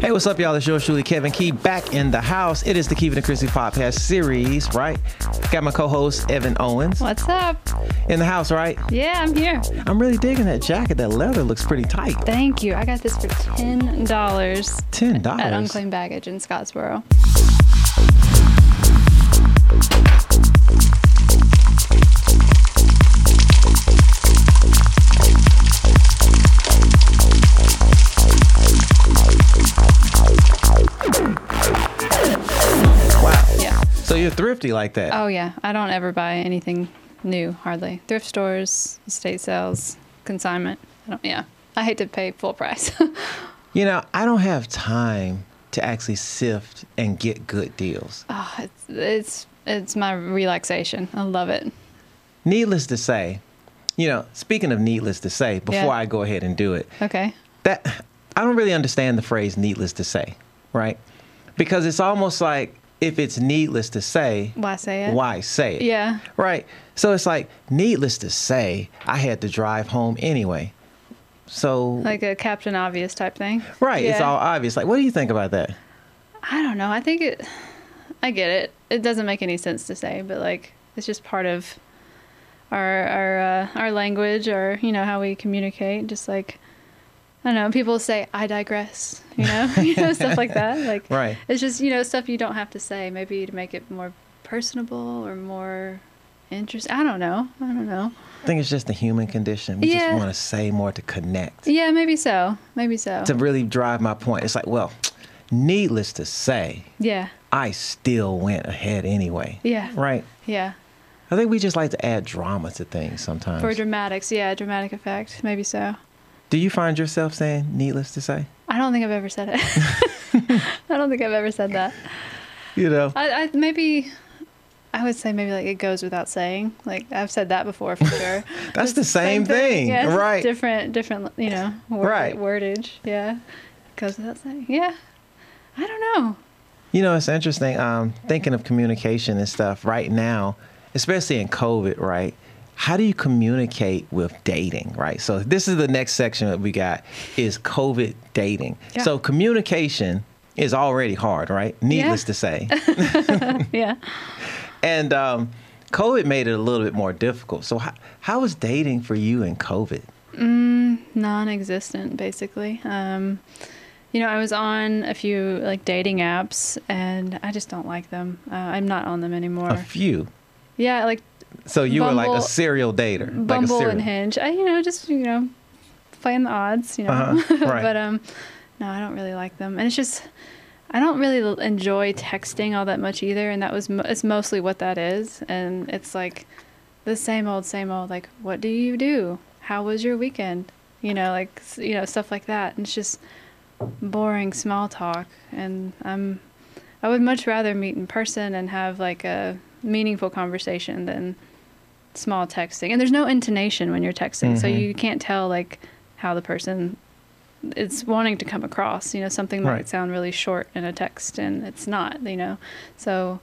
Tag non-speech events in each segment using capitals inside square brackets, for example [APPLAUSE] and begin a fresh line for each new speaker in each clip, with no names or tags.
Hey, what's up, y'all? It's yours truly, Kevin Key, back in the house. It is the Keeping the Christie podcast series, right? Got my co-host Evan Owens
What's up?
in the house, right?
Yeah, I'm here.
I'm really digging that jacket. That leather looks pretty tight.
Thank you. I got this for ten dollars
Ten
at
dollars.
Unclaimed Baggage in Scottsboro.
Wow.
Yeah.
So you're thrifty like that.
Oh yeah. I don't ever buy anything new, hardly. Thrift stores, estate sales, consignment. I don't. Yeah. I hate to pay full price. [LAUGHS] Oh.
You know, I don't have time to actually sift and get good deals.
oh, it's it's it's my relaxation. I love it.
Needless to say, you know, speaking of needless to say, before
Yeah.
I go ahead and do it,
Okay.
that I don't really understand the phrase needless to say, right? Because it's almost like if it's needless to say,
Why say it?
why say it?
Yeah.
Right. So it's like needless to say, I had to drive home anyway. So
Like a Captain Obvious type thing.
right, it's
Yeah.
all obvious. Like what do you think about that?
I don't know. I think it. I get it. It doesn't make any sense to say, but like it's just part of our our uh, our language, or you know how we communicate. Just like I don't know, people say "I digress," you know, [LAUGHS] you know stuff
[LAUGHS]
like that. Like
Right.
it's just you know stuff you don't have to say. Maybe to make it more personable or more interesting. I don't know. I don't know.
I think it's just the human condition. We
Yeah.
just want to say more to connect.
Yeah, maybe so. Maybe so.
To really drive my point. It's like, well, needless to say,
yeah.
I still went ahead anyway.
Yeah.
Right.
Yeah.
I think we just like to add drama to things sometimes.
For dramatics, yeah, dramatic effect. Maybe so.
Do you find yourself saying needless to say?
I don't think I've ever said it. [LAUGHS] I don't think I've ever said that.
You know.
I, I maybe I would say maybe like it goes without saying. Like I've said that before for sure.
[LAUGHS] That's
It's
the same thing,
Yeah, it's just
right.
Different, different. You know, word,
Right.
wordage. Yeah, goes without saying. Yeah, I don't know.
[LAUGHS] You know, it's interesting. Um, thinking of communication and stuff right now, especially in COVID, right? How do you communicate with dating, right? So this is the next section that we got is COVID dating.
Yeah.
So communication is already hard, right? Needless
Yeah.
to
[LAUGHS]
say.
Yeah,
and um, COVID made it a little bit more difficult. So how, how was dating for you in COVID?
Mm, non-existent basically. Um, you know, I was on a few like dating apps, and I just don't like them. Uh, I'm not on them
A
anymore.
few.
Yeah, like
So you were like a
Bumble-
serial dater. like a
Bumble
serial.
and Hinge. I, you know, just you know, playing the odds. You know, [LAUGHS]
Uh-huh, right.
but um, no, I don't really like them, and it's just I don't really l- enjoy texting all that much either, and that was mo- it's mostly what that is, and it's like the same old, same old. Like, what do you do? How was your weekend? You know, like s- you know stuff like that, and it's just boring small talk, and I'm. I would much rather meet in person and have like a meaningful conversation than small texting and there's no intonation when you're texting so
Mhm.
you can't tell like how the person is wanting to come across you know something might
Right.
sound really short in a text and it's not you know so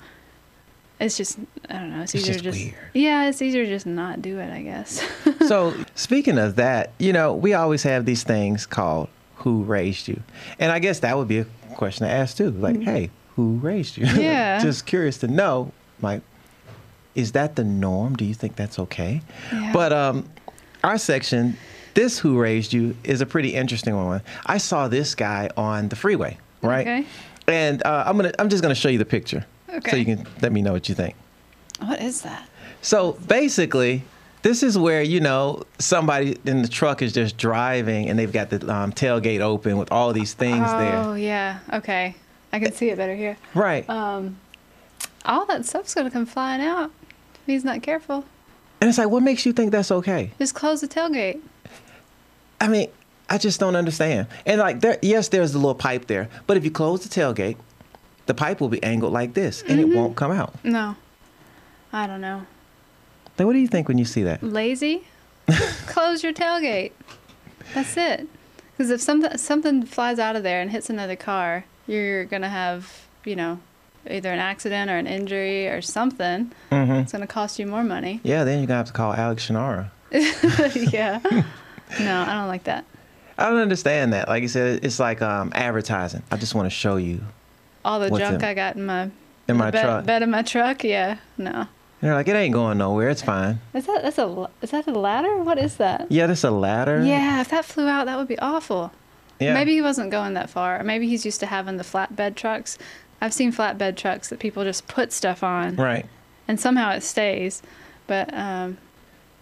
it's just i don't know it's,
It's
easier
just
to just
weird.
yeah it's easier to just not do it i guess [LAUGHS]
so speaking of that, you know, we always have these things called "Who raised you," and I guess that would be a question to ask too. Like, hey, who raised you? [LAUGHS]
Mm-hmm. Yeah.
Just curious to know, like, is that the norm? Do you think that's okay?
Yeah.
But um, our section, this "Who raised you" is a pretty interesting one. I saw this guy on the freeway, right?
Okay.
And uh, I'm gonna, I'm just gonna show you the picture, so
Okay.
you can let me know what you think.
what is that
So basically, this is where you know somebody in the truck is just driving, and they've got the um, tailgate open with all these things
oh
there,
yeah okay i can see it better here Um,
right?
all that stuff's gonna come flying out if he's not careful
and it's like, what makes you think that's okay?
just close the tailgate
I mean, I just don't understand. And like, there, yes, there's the little pipe there, but if you close the tailgate, the pipe will be angled like this, and
Mm-hmm.
it won't come out.
no i don't know
Like, what do you think when you see that? [LAUGHS]
lazy, close your tailgate. That's it. Because if something something flies out of there and hits another car, you're gonna have you know either an accident or an injury or something.
Hmm.
It's gonna cost you
[LAUGHS]
more money. [LAUGHS]
Yeah, then you're gonna have to call Alex Shannara.
yeah. No, I don't like that.
I don't understand that. Like you said, it's like um, advertising. I just want to show you.
All the
What's in-
junk I got in my
in my
the bed,
truck.
bed of my truck. Yeah, no.
They're like, it ain't going nowhere. It's fine.
Is that that's a l- is that a ladder? What is that?
Yeah, that's a ladder.
Yeah, if that flew out, that would be awful.
Yeah.
Maybe he wasn't going that far. Maybe he's used to having the flatbed trucks. I've seen flatbed trucks that people just put stuff on,
Right.
and somehow it stays. But um,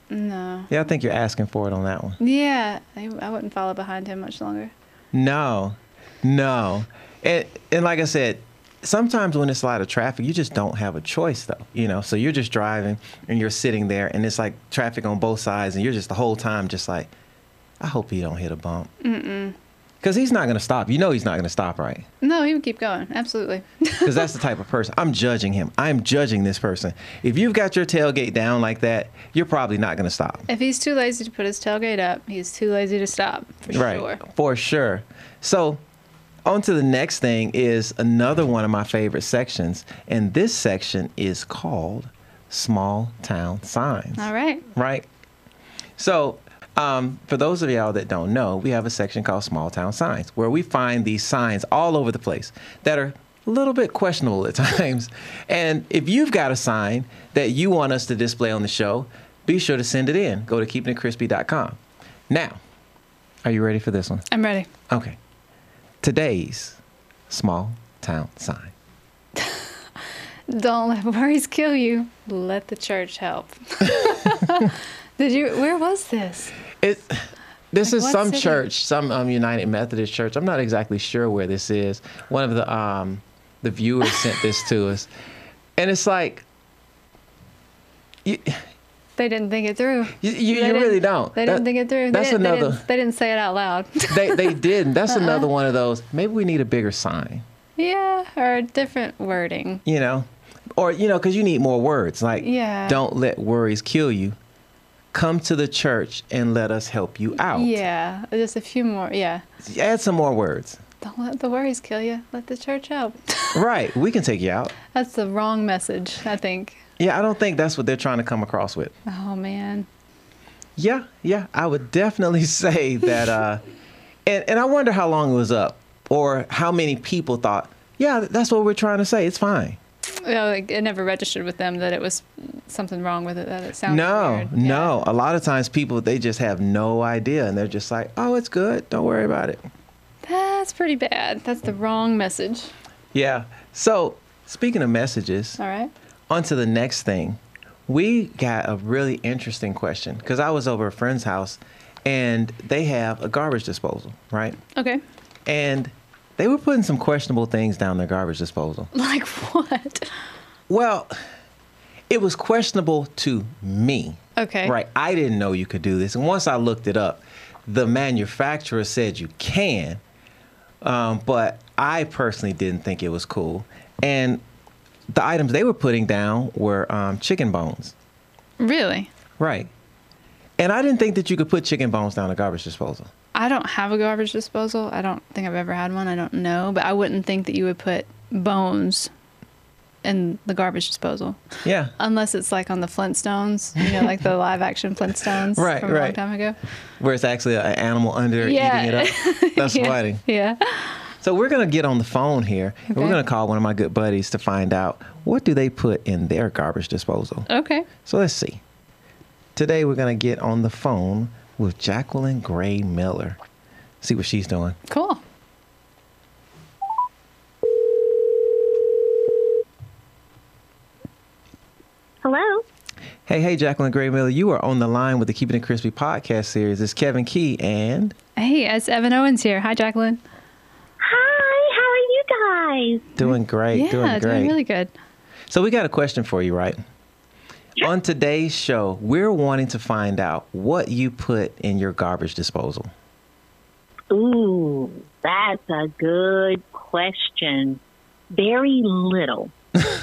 no.
Yeah, I think you're asking for it on that one.
Yeah, I, I wouldn't follow behind him much longer.
No, no, and and like I said, sometimes when it's a lot of traffic, you just don't have a choice though. You know, so you're just driving and you're sitting there, and it's like traffic on both sides, and you're just the whole time just like, I hope he don't hit a bump. Mm-mm. Because he's not gonna stop. You know, he's not gonna stop, right?
No, he would keep going. Absolutely. [LAUGHS]
Because that's the type of person. I'm judging him. I'm judging this person. If you've got your tailgate down like that, you're probably not gonna stop.
if he's too lazy to put his tailgate up, he's too lazy to stop for sure.
For sure. So, on to the next thing is another one of my favorite sections. And this section is called Small Town Signs.
All right.
Right? So, um, for those of y'all that don't know, we have a section called Small Town Signs where we find these signs all over the place that are a little bit questionable at [LAUGHS] times. And if you've got a sign that you want us to display on the show, be sure to send it in. Go to keepingitcrispy.com. Now, are you ready for this one?
I'm ready.
Okay. Today's small town sign.
Don't let [LAUGHS] worries kill you. Let the church help. [LAUGHS] Did you? Where was this?
It. This
Like
is
what
some
city?
church, some um, United Methodist church. I'm not exactly sure where this is. One of the um, the viewers sent this to us, and it's like you
They didn't think it through.
you, you,
They
you really
didn't-
don't.
They didn't
That-
think it through. They
That's
didn't- they
another.
didn't- They didn't say it out loud. [LAUGHS]
They they didn't. That's
Uh-uh.
another one of those. Maybe we need a bigger sign.
yeah, or different wording.
you know, or you know, because you need more words. Like,
Yeah.
don't let worries kill you. Come to the church and let us help you out.
Yeah, just a few more. Yeah.
Add some more words.
Don't let the worries kill you. Let the church help. [LAUGHS]
Right, we can take you out.
That's the wrong message, I think.
Yeah, I don't think that's what they're trying to come across with.
Oh man.
Yeah, yeah, I would definitely [LAUGHS] say that. Uh, and and I wonder how long it was up, or how many people thought, yeah, that's what we're trying to say. It's fine.
Well, like, it never registered with them that it was something wrong with it. That it sounded
no,
weird. Yeah.
no. A lot of times people they just have no idea, and they're just like, oh, it's good. Don't worry about it.
That's pretty bad. That's the wrong message.
Yeah. So, speaking of messages,
All right.
on to the next thing. We got a really interesting question because I was over at a friend's house and they have a garbage disposal, right?
Okay. [LAUGHS]
And they were putting some questionable things down their garbage disposal.
Like what?
Well, it was questionable to me.
Okay.
Right. I didn't know you could do this. And once I looked it up, the manufacturer said you can, um, but I personally didn't think it was cool. And the items they were putting down were um, chicken bones.
Really?
Right. And I didn't think that you could put chicken bones down a garbage disposal.
I don't have a garbage disposal. I don't think I've ever had one. I don't know, but I wouldn't think that you would put bones in the garbage disposal
Yeah.
unless it's like on the Flintstones, you know, like the [LAUGHS] live action Flintstones
Right,
from a long
right.
time ago.
Where it's actually an animal under
Yeah.
eating it up. That's
[LAUGHS] yeah.
funny.
Yeah.
So we're gonna get on the phone here, and we're
Okay.
gonna call one of my good buddies to find out what do they put in their garbage disposal.
Okay.
So let's see. Today we're gonna get on the phone with Jacqueline Gray Miller. See what she's doing.
Cool.
Hello.
Hey, hey, Jacqueline Gray Miller, you are on the line with the Keeping It Crispy podcast series. It's Kevin Key and
Hey, it's Evan Owens here. Hi, Jacqueline.
Hi, how are you guys?
doing great,
yeah,
doing great.
really good.
So we got a question for you, right? On today's show, we're wanting to find out what you put in your garbage disposal. [LAUGHS]
Ooh, that's a good question. Very [LAUGHS] little.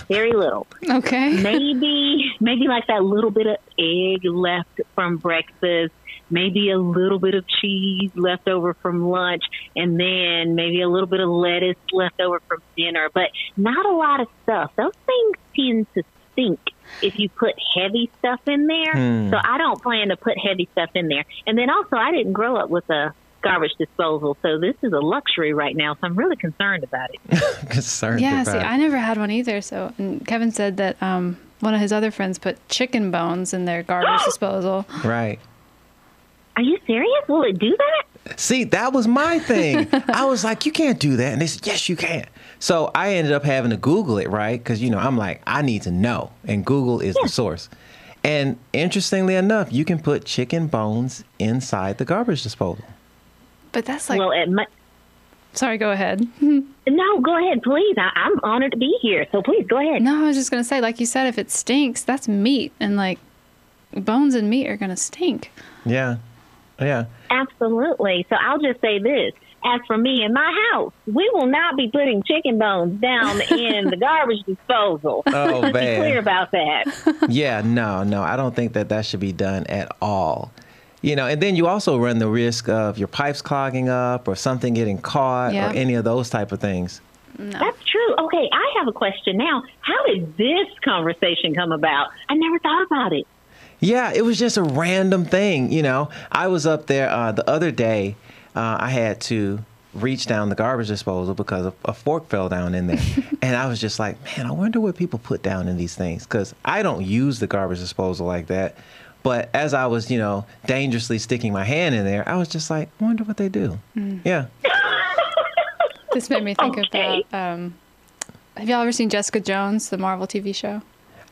Very little.
[LAUGHS] Okay.
Maybe maybe like that little bit of egg left from breakfast, maybe a little bit of cheese left over from lunch, and then maybe a little bit of lettuce left over from dinner, but not a lot of stuff. Those things tend to stink if you put heavy stuff in there.
Hmm.
So I don't plan to put heavy stuff in there. And then also I didn't grow up with a garbage disposal. So this is a luxury right now. So I'm really concerned about it.
Concerned
Yeah,
about
see, I never had one either. So, and Kevin said that um, one of his other friends put chicken bones in their
[GASPS]
garbage disposal.
right.
Are you serious? Will it do that?
See, that was my
[LAUGHS]
thing. I was like, you can't do that. And they said, yes, you can. So I ended up having to Google it, right? Because, you know, I'm like, I need to know. And Google is the source. And interestingly enough, you can put chicken bones inside the garbage disposal.
But that's like,
well, it might.
sorry, go ahead.
No, go ahead, please. I, I'm honored to be here. So please go ahead.
No, I was just gonna say, like you said, if it stinks, that's meat, and like bones and meat are gonna stink.
Yeah. Yeah.
Absolutely. So I'll just say this. As for me and my house, we will not be putting chicken bones down in
[LAUGHS]
the garbage disposal.
Uh,
Oh,
Let's [LAUGHS] be
man.
clear about that.
yeah, no, no, I don't think that that should be done at all. You know, and then you also run the risk of your pipes clogging up or something getting caught
Yeah.
or any of those type of things.
That's true. Okay, I have a question now. How did this conversation come about? I never thought about it.
Yeah, it was just a random thing. You know, I was up there uh, the other day. Uh, I had to reach down the garbage disposal because a, a fork fell down in there, and I was just like, man, I wonder what people put down in these things because I don't use the garbage disposal like that. But as I was, you know, dangerously sticking my hand in there, I was just like, I wonder what they do. Yeah.
This made me think
[LAUGHS] Okay.
about. Um, have y'all ever seen Jessica Jones, the Marvel TV show?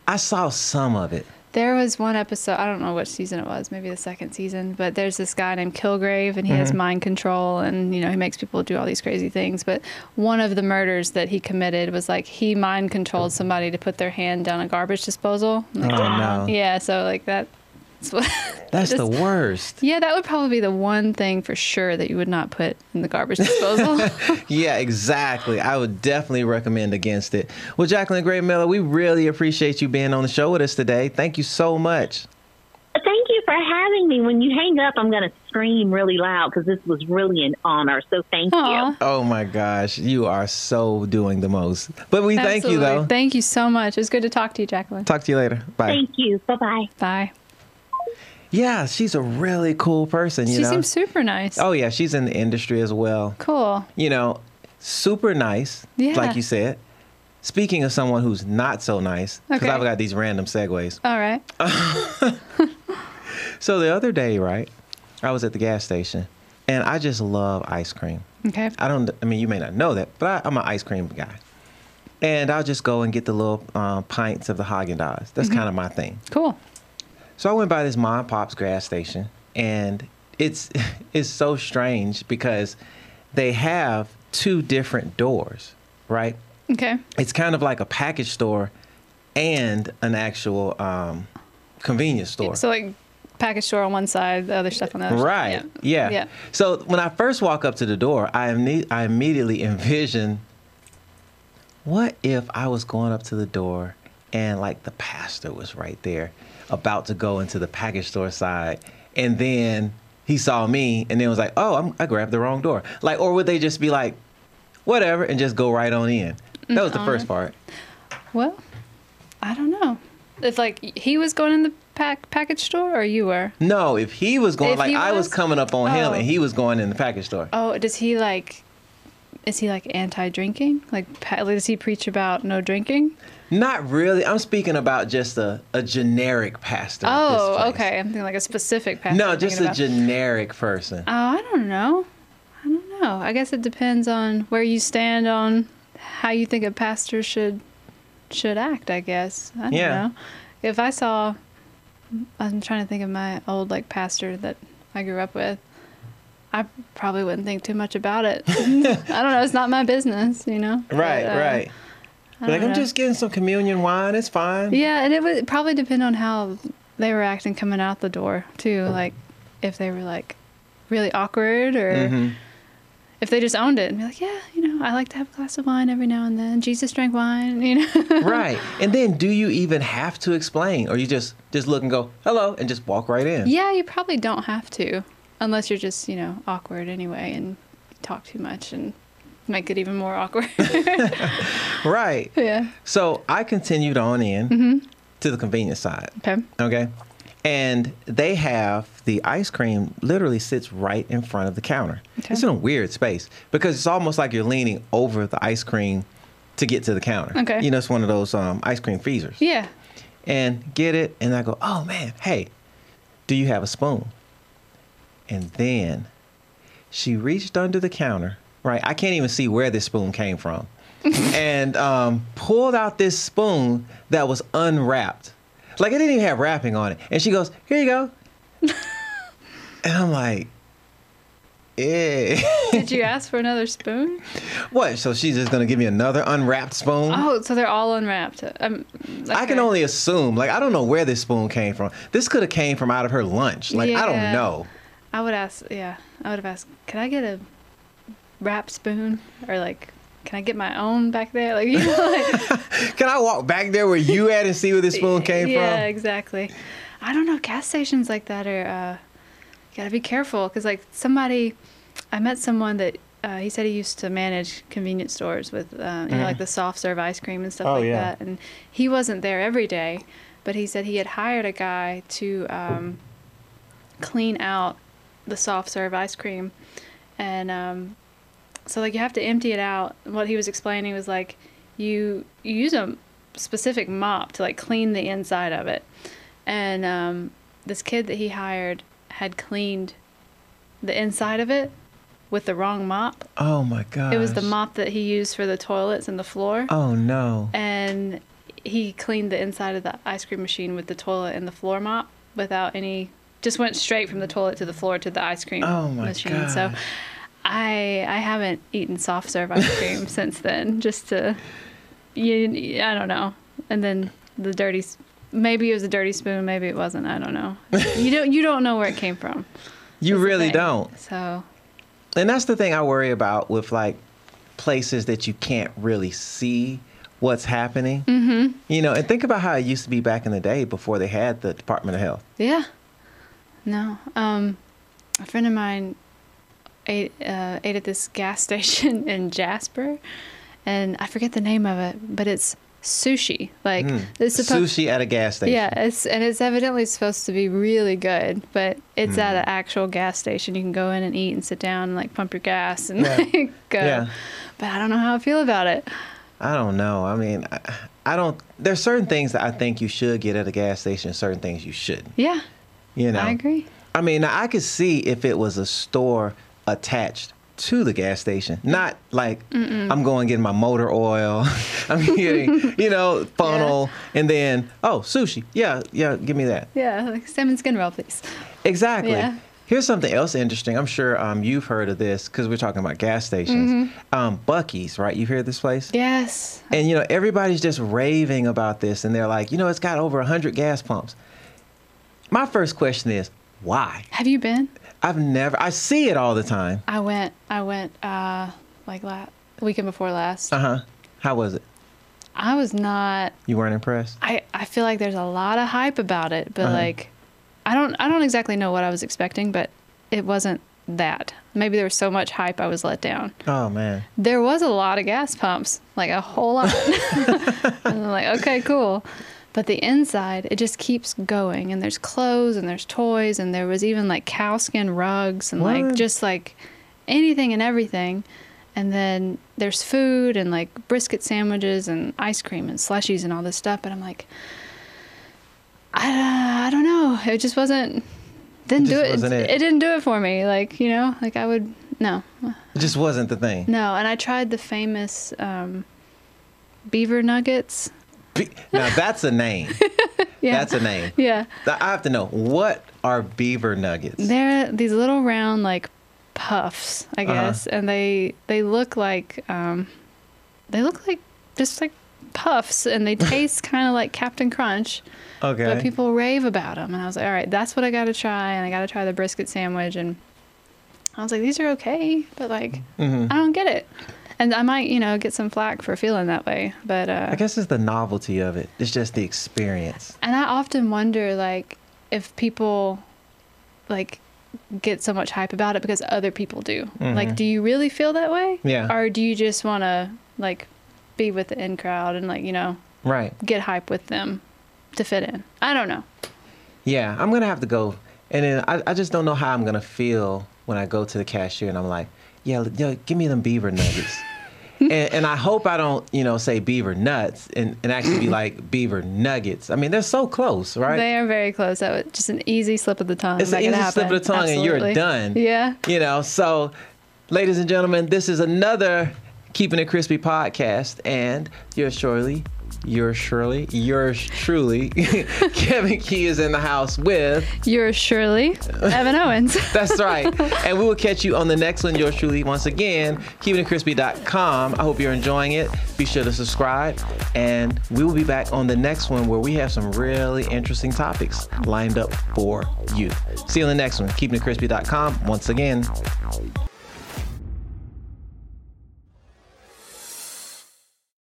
I saw some of it.
There was one episode, I don't know which season it was, maybe the second season, but there's this guy named Kilgrave and he
Mm-hmm.
has mind control and, you know, he makes people do all these crazy things. But one of the murders that he committed was like he mind controlled somebody to put their hand down a garbage disposal.
Oh, no.
Yeah, so like that. That's what,
That's the
just-
worst.
[LAUGHS] Yeah, that would probably be the one thing for sure that you would not put in the
[LAUGHS]
garbage disposal.
Yeah, exactly. I would definitely recommend against it. Well, Jacqueline Gray Miller, we really appreciate you being on the show with us today. Thank you so much.
Thank you for having me. When you hang up, I'm going to scream really loud because this was really an honor. So thank
Aw.
you.
Oh my gosh, you are so doing the most. But we thank you
Absolutely.
though.
Thank you so much. It was good to talk to you, Jacqueline.
Talk to you later. Bye.
Thank you. Bye bye.
Bye.
yeah, she's a really cool person. You
she
know.
seems super nice.
oh yeah, she's in the industry as well.
Cool.
You know, super nice.
Yeah.
Like you said. Speaking of someone who's not so nice, because
Okay.
I've got these random segues.
All right.
Uh, So the other day, right, I was at the gas station, and I just love ice cream.
Okay.
I don't. I mean, you may not know that, but I, I'm an ice cream guy, and I'll just go and get the little uh, pints of the Haagen Dazs. That's kind of my thing.
Cool.
So I went by this mom and pop's gas station, and it's [LAUGHS] it's so strange because they have two different doors, right?
Okay.
It's kind of like a package store and an actual um, convenience store.
So like package store on one side, the other stuff on the other
Right.
side.
Yeah.
Oh, Yeah.
So when I first walk up to the door, I imme- I immediately envision what if I was going up to the door and like the pastor was right there about to go into the package store side and then he saw me and then was like, "Oh, I'm, I grabbed the wrong door." Like or would they just be like, "Whatever," and just go right on in? That
Mm-hmm.
was the first part.
Well, I don't know. If like he was going in the pack package store or you were.
No, if he was going
If
like
he
I was
was?
coming up on him
Oh.
and he was going in the package store.
Oh, does he like is he like anti-drinking? Like pa- does he preach about no drinking?
Not really. I'm speaking about just a, a generic pastor. at this
Oh,
place.
okay. I'm thinking like a specific pastor.
No,
I'm
just
thinking
a
about.
generic person.
Oh, I don't know. I don't know. I guess it depends on where you stand on how you think a pastor should should act. I guess I don't
Yeah.
know. If I saw, I'm trying to think of my old like pastor that I grew up with. I probably wouldn't think too much
[LAUGHS]
about it. I don't know. It's not my business, you know.
right,
But, uh,
right.
I
Like
don't
I'm
know.
just getting some communion wine. It's fine.
Yeah, and it would probably depend on how they were acting coming out the door too.
Mm-hmm.
Like if they were like really awkward or
Mm-hmm.
if they just owned it and be like, yeah, you know, I like to have a glass of wine every now and then. Jesus drank wine, [LAUGHS] you know.
[LAUGHS] [LAUGHS] right. And then, do you even have to explain, or you just just look and go hello and just walk right in?
yeah, you probably don't have to unless you're just you know awkward anyway and talk too much and make it even
[LAUGHS]
more awkward. [LAUGHS]
Right.
yeah. Mm-hmm.
So I continued on in to the convenience side.
Okay.
Okay. and they have the ice cream literally sits right in front of the counter.
Okay.
It's in a weird space because it's almost like you're leaning over the ice cream to get to the counter.
Okay.
You know, it's one of those um, ice cream freezers.
Yeah.
And get it, and I go, oh man, hey, do you have a spoon? And then she reached under the counter, right? I can't even see where this spoon came from. and um, pulled out this spoon that was unwrapped. Like it didn't even have wrapping on it. And she goes, Here you go. and I'm like, Eh. [LAUGHS]
Did you ask for another spoon?
what? So she's just gonna give me another unwrapped spoon?
Oh, so they're all unwrapped. Um,
I can
okay.
only assume. Like I don't know where this spoon came from. This could have came from out of her lunch. Like I
Yeah.
don't know.
I would ask. Yeah, I would have asked. Can I get a wrap spoon or like? Can I get my own back there? Like, you know, [LAUGHS] like
Can I walk back there where you at and see where this spoon came
yeah,
from?
exactly. I don't know. Gas stations like that are. Uh, you gotta be careful because like somebody, I met someone that uh, he said he used to manage convenience stores with um, you know like the soft serve ice cream and stuff
Mm. Oh,
like
yeah.
that, and he wasn't there every day, but he said he had hired a guy to um, clean out the soft serve ice cream, and um, so like you have to empty it out what he was explaining was like you you use a specific mop to like clean the inside of it and um, this kid that he hired had cleaned the inside of it with the wrong mop
Oh my god.
it was the mop that he used for the toilets and the floor
Oh no.
and he cleaned the inside of the ice cream machine with the toilet and the floor mop without any just went straight from the toilet to the floor to the ice cream
Oh my
machine so
gosh.
i i haven't eaten soft serve
[LAUGHS]
ice cream since then just to you i don't know and then the dirty s- maybe it was a dirty spoon maybe it wasn't i don't
[LAUGHS]
know you don't you don't know where it came from
You
That's the
really
thing.
don't.
so
and that's the thing I worry about with like places that you can't really see what's happening. Mm-hmm. You know, and think about how it used to be back in the day before they had the Department of Health.
Yeah. No. Um, a friend of mine ate uh, ate at this gas [LAUGHS] station in Jasper, and I forget the name of it, but it's sushi. Like it's supposed.
Hmm. Mm. Sushi at a gas station.
Yeah, it's and it's evidently supposed to be really good, but it's at
Hmm.
an actual gas station. You can go in and eat and sit down and like pump your gas and
Yeah.
[LAUGHS] like go.
Yeah.
But I don't know how I feel about it.
I don't know. I mean, I, I don't. There's certain things that I think you should get at a gas station. Certain things you shouldn't.
Yeah,
You know.
I agree.
I mean, I could see if it was a store attached to the gas station, not like I'm going getting my motor oil, [LAUGHS] I'm
[LAUGHS]
getting you know funnel, and then oh sushi, yeah, yeah, give me that.
Yeah, like salmon skin roll, please.
Exactly.
Yeah.
Here's something else interesting. I'm sure um, you've heard of this because we're talking about gas stations.
Mm-hmm.
Um, Bucky's, right? You've heard of this place?
Yes.
And you know, everybody's just raving about this and they're like, you know, it's got over 100 gas pumps. My first question is, why?
Have you been?
I've never I see it all the time.
I went. I went uh, like la weekend before last.
Uh-huh. How was it?
I was not.
You weren't impressed?
I I feel like there's a lot of hype about it, but
Uh-huh.
like, I don't. I don't exactly know what I was expecting, but it wasn't that. Maybe there was so much hype I was let down.
Oh man.
There was a lot of gas pumps, like a whole lot. [LAUGHS] and I'm like, okay, cool. But the inside, it just keeps going, and there's clothes, and there's toys, and there was even like cowskin rugs, and like
What?
just like anything and everything. And then there's food, and like brisket sandwiches, and ice cream, and slushies, and all this stuff. But I'm like, I, I don't know. It just wasn't. Didn't
It
do
just
it.
wasn't it.
It didn't do it for me. Like you know, like I would no.
It just wasn't the thing.
No, and I tried the famous um, beaver nuggets.
Be- Now that's a name.
[LAUGHS] Yeah.
That's a name.
yeah.
I have to know what are beaver nuggets?
They're these little round like puffs, I
Uh-huh.
guess, and they they look like um, they look like just like puffs,
[LAUGHS]
and they taste kind of like Captain Crunch.
okay.
But people rave about them, and I was like, all right, that's what I got to try, and I got to try the brisket sandwich, and I was like, these are okay, but like
Mm-hmm.
I don't get it, and I might you know get some flack for feeling that way, but uh,
I guess it's the novelty of it. It's just the experience.
And I often wonder, like, if people, like, get so much hype about it because other people do. Like, do you really feel that way?
Mm-hmm. Yeah.
Or do you just want to, like, be with the in crowd and, like, you know,
Right.
get hype with them to fit in? I don't know.
Yeah, I'm gonna have to go, and then I, I just don't know how I'm gonna feel when I go to the cashier and I'm like, yeah, yo, give me them beaver nuggets. and, and I hope I don't, you know, say beaver nuts and, and actually be like beaver nuggets. I mean, they're so close, right?
They are very close. That was just an easy slip of the tongue.
It's an
that could
easy
happen.
slip of the tongue and you're
Absolutely.
done.
Yeah.
You know, so ladies and gentlemen, this is another Keeping It Crispy podcast and yours surely, yours surely, yours truly, [LAUGHS] Kevin Key is in the house with
You're surely
[LAUGHS]
Evan Owens.
that's right. and we will catch you on the next one, yours truly, once again, keepingitcrispy.com. I hope you're enjoying it. Be sure to subscribe. And we will be back on the next one where we have some really interesting topics lined up for you. See you on the next one, keepingitcrispy.com. Once again,